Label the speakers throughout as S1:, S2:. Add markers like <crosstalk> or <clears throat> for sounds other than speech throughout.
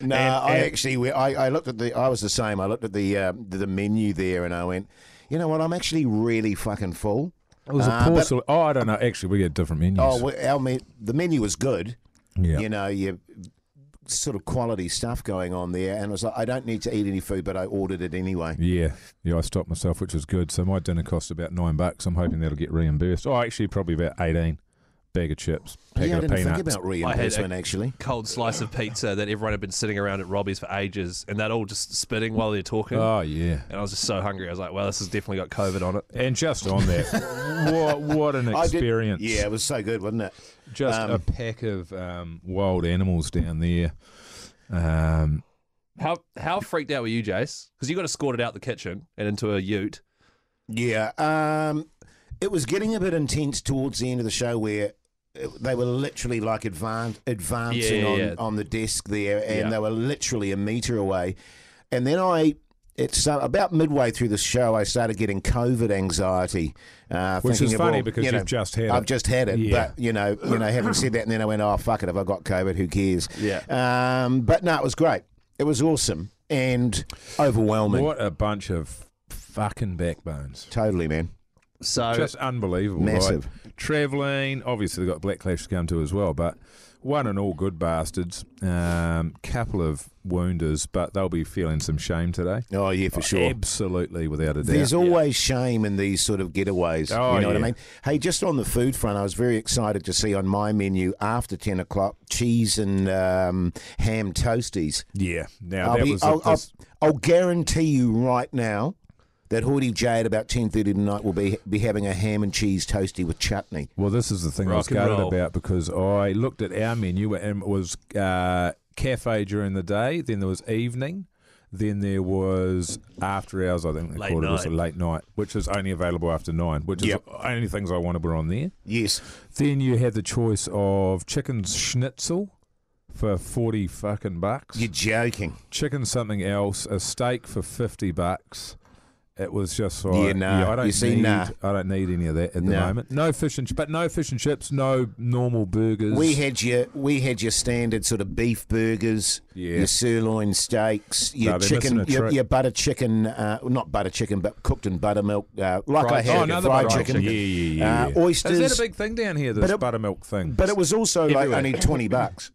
S1: No,
S2: And-
S1: I
S2: and-
S1: actually, we- I, I looked at the, I was the same. I looked at the uh, the the menu there, and I went, you know what? I'm actually really fucking full.
S2: It was
S1: Uh,
S2: a poor
S1: but-
S2: sele- Oh, I don't know. Actually, we get different menus.
S1: Oh, well, our me- the menu was good.
S2: Yeah.
S1: You know, you sort of quality stuff going on there, and it was like, I don't need to eat any food, but I ordered it anyway.
S2: yeah, yeah. I stopped myself, which was good. So my dinner cost about nine bucks. I'm hoping that'll get reimbursed. Oh, actually, probably about eighteen. Bag of chips, packet
S1: yeah, I
S2: of
S1: didn't think
S2: peanuts.
S1: about reimbursement actually.
S3: Cold slice of pizza that everyone had been sitting around at Robbie's for ages, and that all just spitting while they're talking.
S2: oh yeah.
S3: and I was just so hungry. I was like, "Well, this has definitely got COVID on it."
S2: And just on
S1: <laughs>
S2: that, what what an
S1: I did-
S2: experience!
S1: yeah, it was so good, wasn't it?
S2: just
S1: Um,
S2: a pack of um, wild animals down there. Um,
S3: How how freaked out were you, Jace? Because you got escorted out the kitchen and into a Ute.
S1: Yeah. Um, it was getting a bit intense towards the end of the show where it- they were literally like advan- advancing
S3: Yeah,
S1: on,
S3: yeah.
S1: on the desk there, and
S3: Yeah.
S1: they were literally a meter away. And then I, it's uh, about midway through the show, I started getting COVID anxiety. Uh,
S2: Which
S1: thinking
S2: is
S1: of
S2: funny
S1: all-
S2: because
S1: you
S2: you've
S1: know,
S2: just had
S1: I've
S2: it.
S1: just had it,
S2: Yeah.
S1: but you know, you know, having said that, and then I went, oh fuck it, if I got COVID, who cares?
S3: Yeah.
S1: Um, but no, it was great. It was awesome and overwhelming.
S2: what a bunch of fucking backbones!
S1: Totally, man.
S3: So
S2: Just unbelievable.
S1: Oh, Massive.
S2: Traveling, obviously they've got Black Clash to come to as well, but one and all good bastards. Um, couple of wounders, but they'll be feeling some shame today.
S1: Oh yeah, for sure.
S2: Absolutely, without a doubt.
S1: There's always shame in these sort of getaways.
S2: Oh,
S1: you know what I
S2: yeah.
S1: mean? Hey, just on the food front, I was very excited to see on my menu after 10 o'clock cheese and um, ham toasties.
S2: yeah. Now
S1: I'll,
S2: that
S1: be,
S2: was a-
S1: I'll, I'll,
S2: this-
S1: I'll guarantee you right now that Hoity J at about 10.30 tonight will be, be having a ham and cheese toasty with chutney.
S2: Well, this is the thing I
S3: Rock
S2: was
S3: and
S2: gutted
S3: roll.
S2: about because I looked at our menu and it was uh, cafe during the day, then there was evening, then there was after hours, I think they
S3: Late
S2: called it as a
S3: night.
S2: late night, which is only available after nine, which is
S1: Yep.
S2: only things I wanted were on there.
S1: Yes.
S2: Then you had the choice of chicken schnitzel for 40 fucking bucks,
S1: You're joking.
S2: chicken something else, a steak for 50 bucks. It was just like,
S1: Yeah, nah.
S2: I don't
S1: You see,
S2: need,
S1: nah.
S2: I don't need any of that at the
S1: Nah.
S2: moment. No fish and ch- but no fish and chips, no normal burgers.
S1: We had your we had your standard sort of beef burgers,
S2: Yeah.
S1: your sirloin steaks, your
S2: No, they're
S1: chicken,
S2: missing a
S1: your,
S2: trick.
S1: your butter chicken, uh, not butter chicken, but cooked in buttermilk, uh, like I
S3: Fried
S2: Oh,
S1: had
S3: chicken.
S1: at
S3: another
S1: fried
S3: butter
S1: chicken,
S3: chicken.
S2: Yeah, yeah, yeah.
S1: Uh,
S2: yeah.
S1: oysters.
S2: Is that a big thing down here? This
S1: But it-
S2: buttermilk thing.
S1: but it was also
S2: Everywhere.
S1: like only twenty
S2: <laughs>
S1: bucks,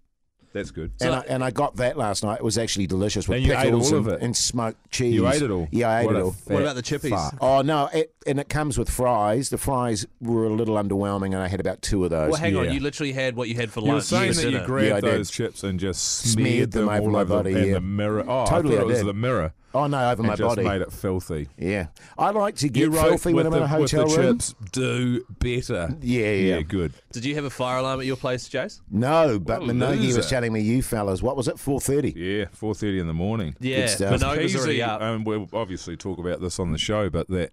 S2: That's good.
S1: and I, and I got that last night. It was actually delicious with
S2: And you ate
S1: pickles
S2: all
S1: and,
S2: of it?
S1: and smoked cheese.
S2: you ate it all.
S1: Yeah, I ate
S2: What
S1: it
S2: a
S1: all.
S2: fat
S3: What about the chippies?
S2: fuck.
S1: Oh no, it, and it comes with fries. The fries were a little underwhelming, and I had about two of those.
S3: well, hang on.
S2: yeah.
S3: You literally had what you had for
S2: You were
S3: lunch.
S2: saying
S3: for
S2: that you
S3: dinner.
S2: grabbed
S1: Yeah, I did.
S2: those chips and just smeared,
S1: Smeared them
S2: them,
S1: over
S2: all
S1: my
S2: over
S1: body,
S2: in
S1: yeah.
S2: the mirror. Oh,
S1: Totally,
S2: I
S1: I
S2: thought it was
S1: did.
S2: the mirror.
S1: oh no, over
S2: and
S1: my
S2: just
S1: body.
S2: made it filthy.
S1: Yeah, I like to get
S2: you wrote
S1: filthy when
S2: with
S1: I'm
S2: the,
S1: in a
S2: with
S1: hotel
S2: the
S1: room.
S2: chips, do better.
S1: Yeah, yeah.
S2: yeah, good.
S3: Did you have a fire alarm at your place, Jace?
S1: No, but
S2: What a
S1: Minogi was
S2: loser.
S1: telling me you fellas, what was it, four thirty?
S2: Yeah, four thirty in the morning.
S3: Yeah,
S1: stuff.
S3: Minogue was already
S2: Keezy,
S3: up.
S2: And we'll obviously talk about this on the show, but that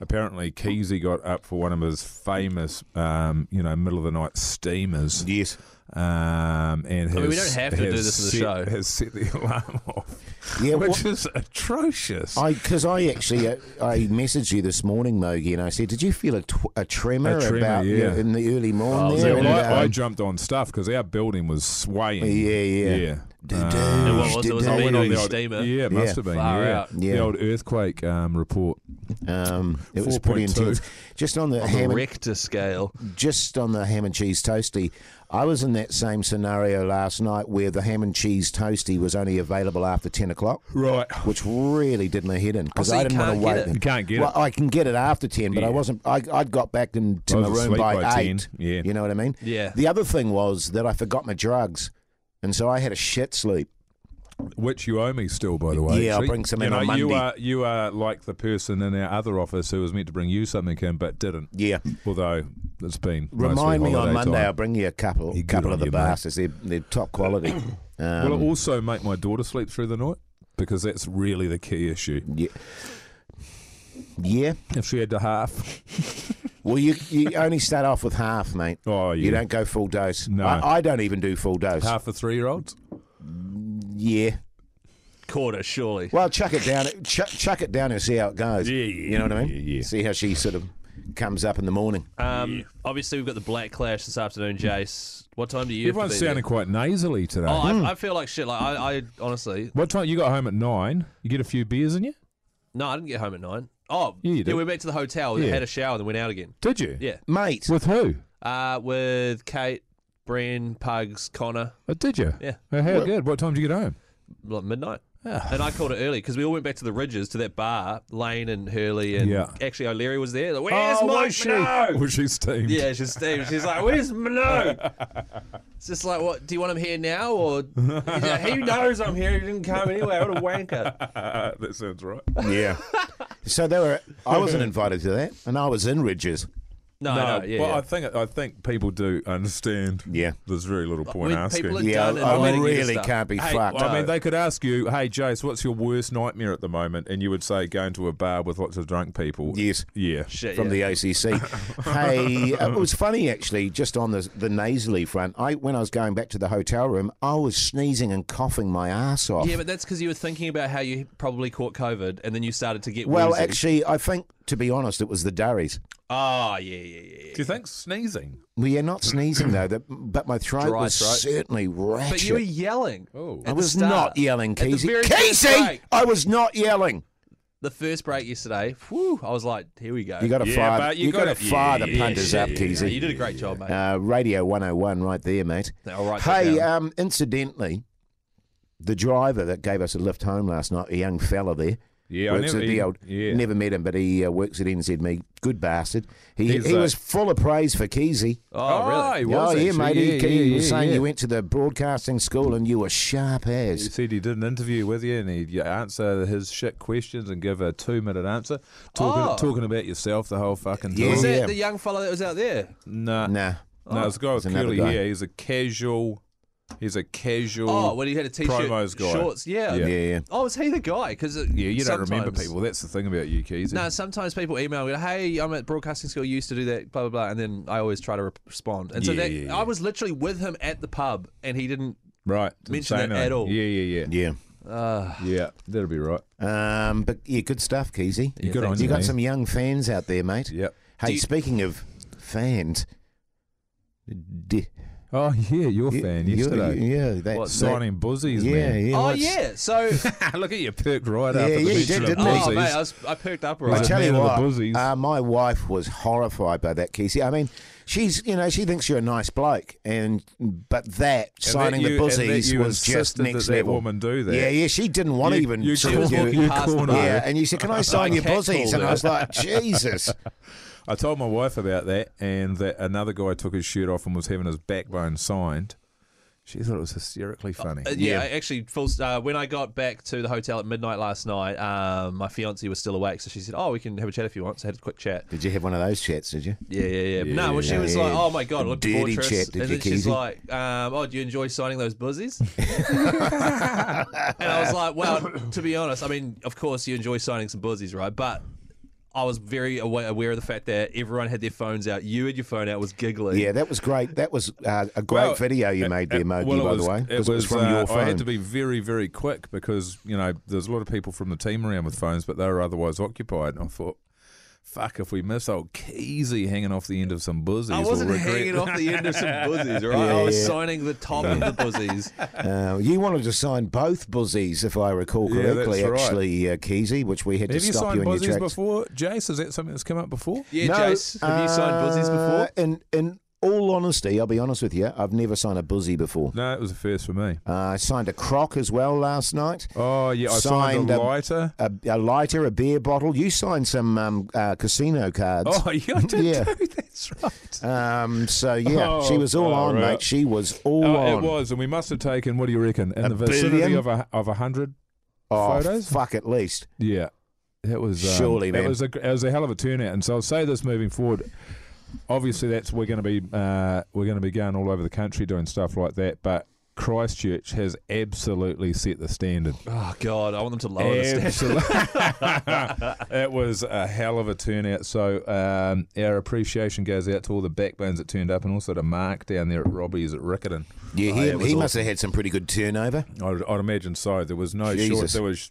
S2: apparently Keezy got up for one of his famous, um, you know, middle of the night steamers.
S1: Yes.
S2: Um, and has,
S3: mean, we don't have to do
S2: has
S3: this in the
S2: set,
S3: show.
S2: Has set the <laughs> alarm off,
S1: Yeah,
S2: which
S1: well,
S2: is atrocious.
S1: I because I actually uh, I messaged you this morning, Mogi, and I said, did you feel a, tw- a, tremor,
S2: A tremor,
S1: about you
S2: yeah.
S1: in the early morn
S3: Oh,
S1: there?
S2: yeah,
S1: And,
S2: well, I, I
S1: um,
S2: jumped on stuff because our building was swaying.
S1: Yeah, yeah.
S2: yeah. Uh,
S1: Dude,
S3: And what was it? Was
S1: I
S3: it me
S1: went
S3: doing
S2: the
S3: the
S2: old-
S3: steamer?
S2: yeah, it must have been.
S3: Far
S2: yeah.
S3: out.
S1: Yeah.
S2: the old earthquake um, report.
S1: um, it was pretty
S2: 4.2.
S1: intense. Just on the
S3: On
S1: ham,
S3: the
S1: and-
S3: Richter scale.
S1: just on the ham and cheese toasty, I was in that same scenario last night where the ham and cheese toasty was only available after ten o'clock.
S2: Right,
S1: which really did my head in because
S3: Oh, so
S1: I
S3: you
S1: didn't want to
S3: can't get
S1: wait.
S3: it?
S2: You can't get
S1: well,
S2: it.
S1: I can get it after ten, but I
S2: Yeah.
S1: wasn't. I I got back into
S2: I
S1: my
S2: was
S1: room
S2: asleep
S1: by,
S2: by 10,
S1: eight.
S2: yeah.
S1: you know what I mean.
S3: Yeah.
S1: The other thing was that I forgot my drugs, and so I had a shit sleep.
S2: which you owe me still, by the way.
S1: Yeah, I'll
S2: actually.
S1: bring some
S2: you
S1: in
S2: know,
S1: on
S2: You
S1: Monday.
S2: are you are like the person in our other office who was meant to bring you something in but didn't.
S1: Yeah.
S2: Although it's been mostly
S1: Remind me on
S2: holiday
S1: Monday. I'll
S2: Time.
S1: bring you a couple,
S2: Yeah, good
S1: couple
S2: on
S1: of the
S2: you, mate.
S1: bastards. They're, they're top quality.
S2: <coughs>
S1: Um,
S2: Will it also make my daughter sleep through the night? Because that's really the key issue.
S1: yeah. Yeah.
S2: If she had to half,
S1: Well, you you only start off with half, mate.
S2: oh yeah,
S1: You don't go full dose.
S2: No.
S1: I, I don't even do full dose.
S2: half for three year olds.
S1: Yeah.
S3: Quarter, surely.
S1: Well, chuck it down. Chuck, chuck it down and see how it goes.
S2: Yeah, yeah,
S1: You know what I mean?
S2: yeah, yeah.
S1: See how she sort of comes up in the morning.
S3: Um, Obviously, we've got the Black Clash this afternoon, Jace. What time do you? have to
S2: Everyone's Mm.
S3: be there?
S2: sounding quite nasally today.
S3: Oh, I, I feel like shit. Like I, I honestly,
S2: What time you got home at nine? You get a few beers in you?
S3: no, I didn't get home at nine. Oh,
S2: Yeah, you did.
S3: we went back to the hotel,
S2: Yeah.
S3: had a shower, then went out again.
S2: Did you?
S3: Yeah,
S1: Mate,
S2: With who?
S3: uh, with Kate, Bren, Pugs, Connor,
S2: Oh, did you?
S3: Yeah.
S2: Oh, how good. What time did you get home?
S3: like midnight.
S2: Ah.
S3: And I called it early because we all went back to the Ridges to that bar. Lane and Hurley and
S2: Yeah.
S3: actually O'Leary was there. Like, Where's
S2: oh,
S3: Mike
S2: was she?
S3: Minogue?"
S2: Was she steamed?
S3: Yeah, she's Steve. She's like, "Where's Minogue?" It's just like, "What? Do you want him here now, or <laughs> He's like, he knows I'm here? He didn't come anyway. What a wanker!"
S2: that sounds right.
S3: <laughs>
S1: yeah. so they were. I wasn't
S3: uh,
S1: invited to that, and I was in Ridges.
S3: No, no, yeah.
S2: well,
S3: yeah.
S2: I think I think people do understand.
S1: Yeah.
S2: There's very little point
S3: When
S2: asking.
S3: people are
S1: Yeah,
S3: done
S1: I,
S3: inviting you to
S1: really
S3: stuff.
S1: can't be
S2: Hey,
S1: fucked.
S2: I mean, they could ask you, "Hey, Jace, what's your worst nightmare at the moment?" And you would say, "Going to a bar with lots of drunk people."
S1: yes.
S2: Yeah.
S3: Shit,
S1: from
S3: yeah.
S1: the
S3: <laughs>
S1: ACC. hey, uh, it was funny actually. Just on the the nasally front, I when I was going back to the hotel room, I was sneezing and coughing my ass off.
S3: Yeah, but that's because you were thinking about how you probably caught COVID, and then you started to get
S1: well,
S3: woozy.
S1: actually, I think to be honest, it was the durries.
S3: oh yeah, yeah, yeah. yeah.
S2: Do you think sneezing?
S1: Well, yeah, not sneezing though, that, but my throat
S3: Dry
S1: was
S3: throat.
S1: certainly ratchet.
S3: But you were yelling.
S2: Oh.
S3: at
S1: I
S3: the
S1: was
S3: start.
S1: not yelling,
S3: At the
S1: Casey.
S3: very first
S1: Casey,
S3: break,
S1: I was not yelling.
S3: the first break yesterday, whew, I was like, "Here we go."
S1: You got to
S2: Yeah,
S1: fire.
S2: but you
S1: You, got to
S2: gotta-
S1: fire the
S2: yeah,
S1: punters
S2: yeah,
S1: up,
S2: yeah,
S1: Keezy.
S3: You did a great job, mate.
S1: Uh, Radio 101 right there, mate.
S3: I'll write that
S1: hey,
S3: down.
S1: um, incidentally, the driver that gave us a lift home last night, a young fella there,
S2: Yeah, I
S1: works
S2: never,
S1: at the old,
S2: yeah.
S1: never met him, but he uh, works at NZME. Good bastard. He,
S2: He's
S1: he
S2: a-
S1: was full of praise for Keezy.
S3: oh, really?
S2: he
S1: oh,
S2: was
S1: yeah,
S2: actually.
S1: mate. he,
S2: Yeah,
S1: he
S2: yeah,
S1: was
S2: yeah,
S1: saying
S2: yeah.
S1: you went to the broadcasting school and you were sharp
S2: He
S1: as.
S2: said he did an interview with you and he'd answer his shit questions and give a two minute answer. Talking,
S3: Oh.
S2: talking about yourself the whole fucking
S1: Yeah.
S2: time.
S3: Was that
S1: Yeah.
S3: the young fella that was out there?
S2: Nah.
S1: Nah.
S2: No, it's a guy
S1: It's
S2: with
S1: another
S2: curly
S1: guy.
S2: hair. He's a casual. He's a casual.
S3: Oh, when he had a t-shirt,
S2: promos guy.
S3: shorts. Yeah.
S1: Yeah. yeah.
S3: Oh, was he the guy? Because
S2: yeah, you don't remember people. That's the thing about you, Keys.
S3: No, sometimes people email me, "Hey, I'm at broadcasting school. You used to do that, blah blah blah," and then I always try to re- respond. And so
S2: Yeah,
S3: that,
S2: yeah, yeah.
S3: I was literally with him at the pub, and he didn't.
S2: right. didn't
S3: mention
S2: say
S3: that
S2: anything.
S3: at all.
S2: Yeah, yeah, yeah.
S1: Yeah.
S3: uh,
S2: Yeah, that'll be right.
S1: Um, but yeah, good stuff, Keezy.
S2: You good on
S1: You
S2: you, eh?
S1: got
S2: mate.
S1: some young fans out there, mate.
S2: Yep.
S1: Hey,
S3: you-
S1: speaking of fans, d-
S2: Oh, yeah, your
S1: you-
S2: fan
S1: you-
S2: yesterday.
S1: yeah, that,
S3: What,
S1: that-
S2: Signing buzzies,
S1: yeah,
S2: man.
S1: yeah.
S3: Oh
S1: what's-
S3: yeah,
S1: <laughs>
S3: so
S2: <laughs> Look at you perked right
S1: Yeah,
S2: up at the
S1: yeah, he
S2: mention
S1: did,
S2: of
S1: didn't he?
S3: oh
S2: buzzies.
S3: mate, I, was, I perked up
S1: I
S2: He's
S3: right.
S2: a
S1: tell you
S2: man of the
S1: what,
S2: buzzies.
S1: uh, my wife was horrified by that, Casey. I mean, she's you know she thinks you're a nice bloke, and but that signing
S2: that
S1: the
S2: you- and that
S1: buzzies
S2: you
S1: was just
S2: insisted
S1: next
S2: that that
S1: level.
S2: woman do that.
S1: Yeah, yeah, she didn't want to
S2: You-
S1: even.
S2: you
S1: talk
S2: called-
S1: to you.
S3: walking
S2: you
S3: past the
S2: cornered
S3: bar.
S2: her.
S1: yeah, and you said, "Can I sign
S3: <laughs>
S1: your
S3: catcalled
S1: buzzies?" And I
S3: her.
S1: was like, "Jesus."
S2: I told my wife about that, and that another guy took his shirt off and was having his backbone signed. She thought it was hysterically funny.
S3: Uh, yeah,
S1: Yeah.
S3: I actually, full, uh, when I got back to the hotel at midnight last night, um, my fiance was still awake, so she said, "Oh, we can have a chat if you want." So I had a quick chat.
S1: Did you have one of those chats? Did you?
S3: Yeah, yeah, yeah. No, well, she
S1: Yeah,
S3: was
S1: yeah.
S3: like, "Oh my god, I
S1: A
S3: looked
S1: dirty
S3: torturous,"
S1: chat, did
S3: and
S1: you,
S3: then she's
S1: Keezy?
S3: like, um, "Oh, do you enjoy signing
S1: <laughs>
S3: those buzzies?" and I was like, "Well, to be honest, I mean, of course you enjoy signing some buzzies, right?" But I was very aware, aware of the fact that everyone had their phones out. You had your phone out, was giggling.
S1: Yeah, that was great. That was uh, a great
S2: Well,
S1: video you
S2: it-
S1: made
S2: it-
S1: there, Moji,
S2: well, it
S1: by
S2: was-
S1: the way.
S2: it
S1: 'cause
S2: was,
S1: from
S2: uh,
S1: your phone.
S2: I had to be very, very quick because you know there's a lot of people from the team around with phones, but they were otherwise occupied. And I thought, fuck, if we miss old Keezy hanging off the end of some buzzies,
S3: I wasn't
S2: we'll regret
S3: hanging off the end of some buzzies, right? I was
S1: yeah.
S3: signing the top of the
S2: <laughs>
S3: buzzies.
S1: Uh, you wanted to sign both buzzies, if I recall
S2: Yeah, that's
S1: correctly,
S2: right.
S1: actually, uh, Keezy, which we had
S2: <laughs> Have
S1: to
S2: you
S1: stop
S2: signed
S1: you in your
S2: buzzies
S1: tracks.
S2: before, Jace? Is that something that's come up before?
S3: Yeah,
S1: No,
S3: Jace, have you signed buzzies
S1: uh,
S3: before?
S1: In, in all honesty, I'll be honest with you, I've never signed a buzzy before.
S2: No, it was a first for me.
S1: Uh, I signed a croc as well last night,
S2: Oh yeah, I
S1: Signed
S2: signed,
S1: a-
S2: a lighter.
S1: <laughs> a, a lighter, a beer bottle. You signed some um, uh, casino cards.
S2: Oh <laughs> yeah, I did
S1: Yeah.
S2: too. That's right.
S1: Um, so, yeah,
S2: Oh,
S1: she was all
S2: all
S1: on,
S2: right.
S1: mate. She was all
S2: Oh,
S1: on.
S2: it was, and we must have taken. What do you reckon? In
S1: A
S2: the vicinity
S1: billion?
S2: of a of a hundred.
S1: Oh,
S2: Photos?
S1: fuck, at least.
S2: Yeah, that was um,
S1: Surely,
S2: that
S1: man.
S2: was a it was a hell of a turnout. And so I'll say this moving forward. Obviously, that's we're going to be uh, we're going to be going all over the country doing stuff like that. But Christchurch has absolutely set the standard.
S3: Oh God, I want them to lower the standard.
S2: <laughs> Absolute- it was a hell of a turnout. So um, our appreciation goes out to all the backbones that turned up, and also to Mark down there at Robbie's at Rickerton.
S1: Yeah,
S2: Oh,
S1: he,
S2: it
S1: he
S2: was
S1: must have had some pretty good turnover.
S2: I'd, I'd imagine so. There was no
S1: Jesus.
S2: short. There was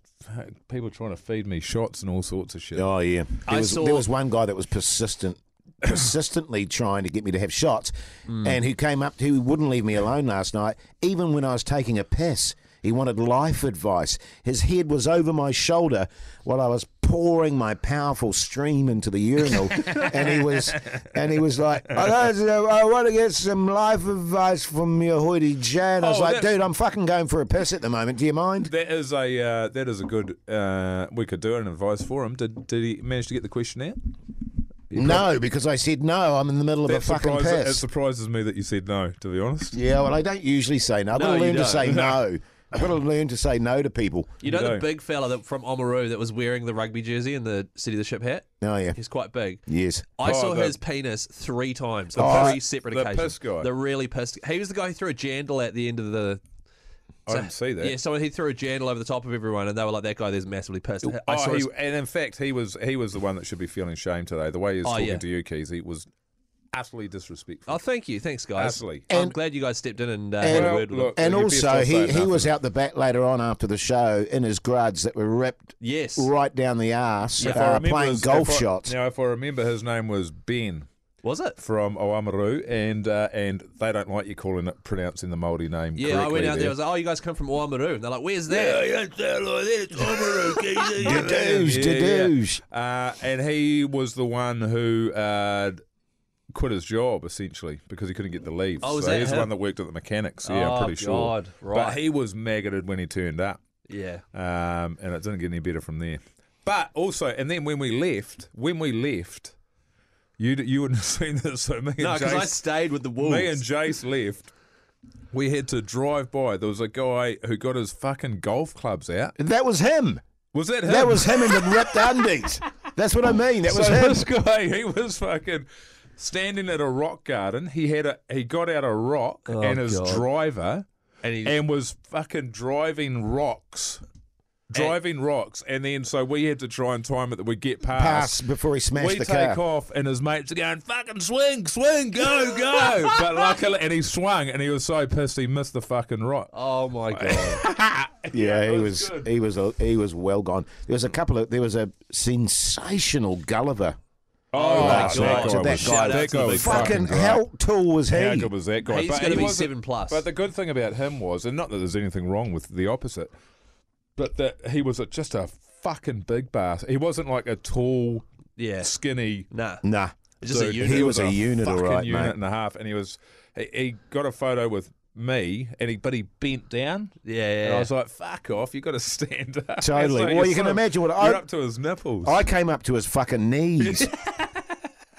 S2: people trying to feed me shots and all sorts of shit.
S1: Oh yeah,
S3: I
S1: there was,
S3: saw-
S1: there was one guy that was
S3: <clears throat>
S1: persistent, persistently trying to get me to have shots,
S3: Hmm.
S1: and who came up, who wouldn't leave me alone last night, even when I was taking a piss. He wanted life advice. His head was over my shoulder while I was pouring my powerful stream into the
S3: <laughs>
S1: urinal, and he was, and he was like, "I, don't know, I want to get some life advice from your hoity Jan." I was
S2: Oh,
S1: like,
S2: that-
S1: "Dude, I'm fucking going for a piss at the moment. Do you mind?"
S2: That is a uh, that is a good. Uh, we could do an advice for him. Did did he manage to get the question out?
S1: No, because I said no. I'm in the middle of a fucking
S2: surprises,
S1: piss.
S2: it surprises me that you said no. To be honest,
S1: Yeah, well, I don't usually say no. I've
S3: No,
S1: got to
S3: you
S1: learn to
S3: don't.
S1: say
S2: <laughs>
S1: no. I've got to learn to say no to people.
S3: You know the
S2: don't.
S3: big fella that from Oamaru that was wearing the rugby jersey and the City of the Ship hat?
S1: Oh, yeah.
S3: He's quite big.
S1: Yes.
S3: I
S2: Oh,
S3: saw
S2: the-
S3: his penis three times
S1: Oh,
S3: on three
S1: the-
S3: separate
S2: the
S3: occasions.
S2: piss guy.
S3: The really pissed. He was the guy who threw a jandal at the end of the.
S2: I didn't see that.
S3: Yeah, someone he threw a jandal over the top of everyone, and they were like, "That guy, there's massively pissed." I saw
S2: oh,
S3: his-
S2: he, and in fact, he was he was the one that should be feeling shame today. The way he was
S3: Oh,
S2: talking
S3: yeah.
S2: to you, Keys, he was utterly disrespectful.
S3: oh, thank you, thanks guys.
S2: Utterly.
S3: I'm
S1: And-
S3: glad you guys stepped in and, uh, had a
S2: Well,
S3: word with
S2: look-
S3: him.
S1: And
S2: You're best
S1: also,
S2: not
S1: he,
S2: saying
S1: he
S2: nothing.
S1: was out the back later on after the show in his gruds that were ripped
S3: Yes,
S1: right down the arse
S2: If I
S1: uh,
S2: remember
S1: playing
S2: his-
S1: golf
S2: if I-
S1: shots.
S2: Now, if I remember, his name was Ben
S3: was it?
S2: from Oamaru, and uh, and they don't like you calling it pronouncing the Maori name.
S3: Yeah, I went
S2: correctly
S3: out there. I was like, "Oh, you guys come from Oamaru," and they're like, "Where's that?"
S2: <laughs>
S1: Dedouge,
S2: Yeah, yeah.
S1: dedouge.
S2: Uh, and he was the one who uh, quit his job essentially because he couldn't get the leave.
S3: Oh, was
S2: so
S3: that
S2: he's
S3: him?
S2: the one that worked at the mechanics. Yeah,
S3: Oh,
S2: I'm pretty
S3: God,
S2: sure.
S3: right.
S2: But he was maggoted when he turned up,
S3: yeah.
S2: um, and it didn't get any better from there. But also, and then when we left, when we left, you you wouldn't <laughs> have seen this. So me
S3: No,
S2: and
S3: because I
S2: Jace-
S3: stayed with the wolves.
S2: me and Jace left. We had to drive by. There was a guy who got his fucking golf clubs out.
S1: That was him.
S2: Was that him?
S1: That was him in the ripped
S2: <laughs>
S1: undies. That's what I mean. That was
S2: so
S1: him.
S2: this guy, he was fucking standing at a rock garden. He had a he got out a rock
S1: Oh,
S2: and his
S3: God.
S2: driver
S3: and he,
S2: and was fucking driving rocks. Driving rocks, and then so we had to try and time it that we get
S1: Pass
S2: past.
S1: before he
S2: we
S1: smashed the
S2: take
S1: car.
S2: off, and his mates are going fucking swing, swing, go, go.
S1: <laughs>
S2: but luckily, and he swung, and he was so pissed he missed the fucking rock.
S3: oh my god.
S2: <laughs>
S1: Yeah, he
S2: it
S1: was
S2: was
S1: he was a, he was well gone. There was a couple of there was a sensational Gulliver
S2: Oh,
S1: last
S3: God.
S1: night.
S2: that
S1: So
S2: guy
S1: that
S2: was,
S1: guy,
S3: shout out
S2: that
S3: to
S2: guy
S3: the
S2: was
S3: big
S1: fucking,
S2: fucking dry.
S1: how tall was he?
S2: How good was that guy?
S3: He's
S2: But
S3: gonna
S2: he
S3: be
S2: wasn't-
S3: seven plus.
S2: But the good thing about him was, and not that there's anything wrong with the opposite, but that he was a, just a fucking big bass. He wasn't like a tall, <laughs>
S3: Yeah.
S2: skinny.
S3: Nah.
S1: Nah,
S3: Just a
S2: dude.
S3: unit.
S1: He was a unit, all
S2: fucking
S1: right,
S2: unit
S1: mate.
S2: and a half, and he was. He, he got a photo with me, and he but he bent down.
S3: Yeah, yeah,
S2: And I
S3: yeah.
S2: was like, "Fuck off! You got to stand up." <laughs> It's
S1: Totally.
S2: like
S1: Well,
S2: you're
S1: you can
S2: sort of-
S1: imagine what I-
S2: you're up to his nipples.
S1: I came up to his fucking
S2: <laughs>
S1: knees.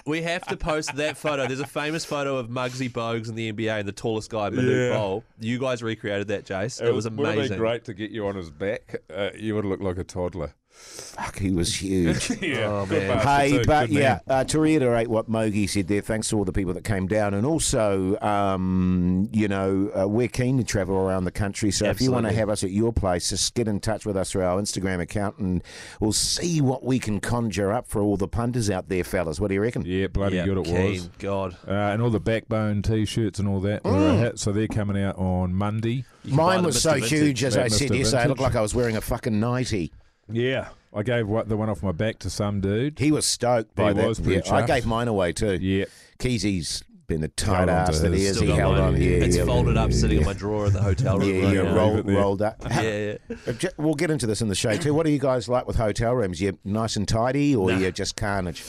S3: We have to post that photo. There's a famous photo of Muggsy Bogues in the NBA and the tallest guy, Manute
S2: Yeah.
S3: Bol. You guys recreated that, Jace. It, was
S2: Would have
S3: amazing.
S2: been great to get you on his back. Uh, you would have looked like a toddler.
S1: Fuck, he was huge.
S2: <laughs> yeah,
S3: Oh,
S2: good
S3: man.
S2: bastard
S1: Hey,
S2: too,
S1: but
S2: good man.
S1: yeah, uh, to reiterate what Mogi said there, thanks to all the people that came down, and also, um, you know, uh, we're keen to travel around the country. So if you want to
S3: Absolutely.
S1: have us at your place, just get in touch with us through our Instagram account, and we'll see what we can conjure up for all the punters out there, fellas. What do you reckon?
S2: Yeah, bloody
S3: Yeah,
S2: good it
S3: keen.
S2: was.
S3: God.
S2: Uh, and all the backbone t-shirts and all that were
S1: Mm.
S2: a hit, so they're coming out on Monday.
S3: You can buy
S1: Mine
S3: the
S1: was
S3: Mr.
S1: so
S3: Vintage.
S1: huge, as
S2: That
S1: I
S2: Mr.
S1: said yesterday, I looked
S2: Vintage.
S1: like I was wearing a fucking nightie.
S2: Yeah, I gave what, the one off my back to some dude.
S1: He was stoked by
S2: He
S1: that.
S2: was pretty
S1: yeah, I
S2: chuffed.
S1: gave mine away too.
S2: Yeah,
S1: Keezy's been the tight
S2: Held on to
S1: ass that he
S2: his.
S1: is.
S3: Still
S1: He
S3: got
S1: held
S3: mine.
S1: on. Yeah,
S3: it's
S1: yeah,
S3: folded
S1: yeah,
S3: up,
S1: yeah,
S3: sitting in
S1: yeah.
S3: my drawer in the hotel room.
S1: Yeah,
S3: right
S1: yeah,
S3: now.
S1: roll-
S2: Leave it there.
S1: rolled up. <laughs>
S3: yeah, yeah.
S1: Obje- We'll get into this in the show too. What do you guys like with hotel rooms? You nice and tidy, or you just carnage?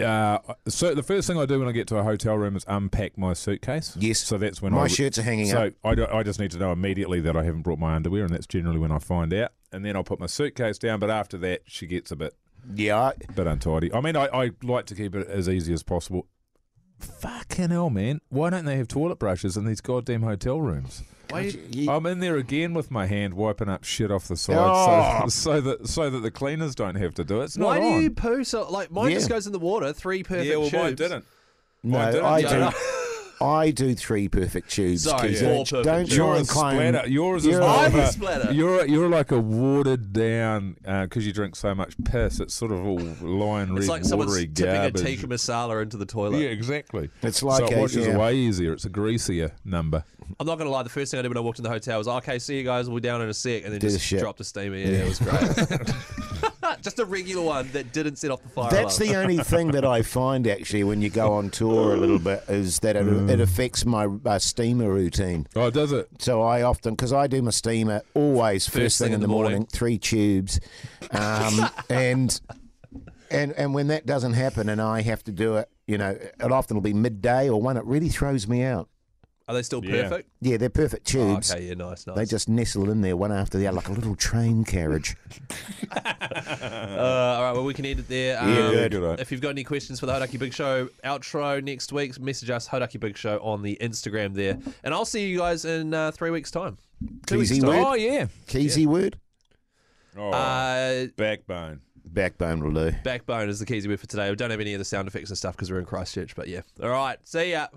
S2: Uh, so the first thing I do when I get to a hotel room is unpack my suitcase.
S1: Yes.
S2: So that's when
S1: My
S2: I,
S1: shirts are hanging
S2: so
S1: up.
S2: I, do- I just need to know immediately that I haven't brought my underwear, and that's generally when I find out. And then I'll put my suitcase down. But after that, she gets a bit
S1: Yeah, I-
S2: bit untidy. I mean, I, I like to keep it as easy as possible. Fucking hell, man! Why don't they have toilet brushes in these goddamn hotel rooms? I'm in there again with my hand wiping up shit off the side, so, <laughs> so that so that the cleaners don't have to do it. It's
S3: Oh.
S2: not
S3: Why
S2: on.
S3: do you poo so? Like mine
S1: Yeah.
S3: just goes in the water. Three perfect
S2: yeah, well, mine
S3: tubes.
S2: didn't.
S1: no,
S3: <laughs>
S2: didn't
S1: I
S2: do
S1: do.
S3: that.
S1: I do three perfect tubes.
S3: Sorry,
S1: Keith.
S3: yeah.
S1: Don't-
S3: Four perfect
S1: don't
S3: tubes.
S2: You're
S1: try
S2: a
S1: and claim.
S2: splatter. Yours is
S1: You're
S2: more
S1: a-
S2: of
S3: I'm a
S2: a
S3: splatter.
S2: You're you're like a watered down because you drink so much piss. It's sort of
S3: <laughs>
S2: all lion red,
S3: It's like someone's
S2: watery
S3: tipping
S2: garbage.
S3: a tikka masala into the toilet.
S2: yeah, exactly.
S1: It's like
S2: so it
S1: a-
S2: washes
S1: yeah.
S2: away easier. It's a greasier number.
S3: I'm not gonna lie. The first thing I did when I walked in the hotel was, "Oh, "Okay, see you guys. We'll be down in a sec," and then
S1: Do the
S3: just
S1: shit.
S3: dropped a steamer. Yeah, it was great. <laughs> just a regular one that didn't set off the fire
S1: That's
S3: alarm.
S1: the only thing that I find actually when you go on tour a little bit is that it,
S2: Mm.
S1: it affects my uh, steamer routine.
S2: Oh, does it?
S1: So I often, because I do my steamer always first, thing, in, the morning, three tubes, <laughs> um, and and and when that doesn't happen, and I have to do it, you know, it often will be midday or one. It really throws me out.
S3: Are they still
S2: Yeah.
S3: perfect?
S1: Yeah, they're perfect
S3: Oh,
S1: tubes.
S3: okay, yeah, nice, nice.
S1: They just nestle in there one after the other like a little train carriage.
S3: Uh, all right, well, we can end it there. Um,
S2: good. Good, right.
S3: If you've got any questions for the Hodaki Big Show outro next week, message us Hodaki Big Show on the Instagram there. And I'll see you guys in uh, three weeks' time. Two
S1: Easy
S3: weeks' time.
S1: Good.
S2: Oh yeah.
S1: Keezy word,
S2: Oh,
S3: Uh,
S2: backbone.
S1: backbone will do.
S3: backbone is the keys word for today. We don't have any of the sound effects and stuff because we're in Christchurch, but yeah. All right, see ya.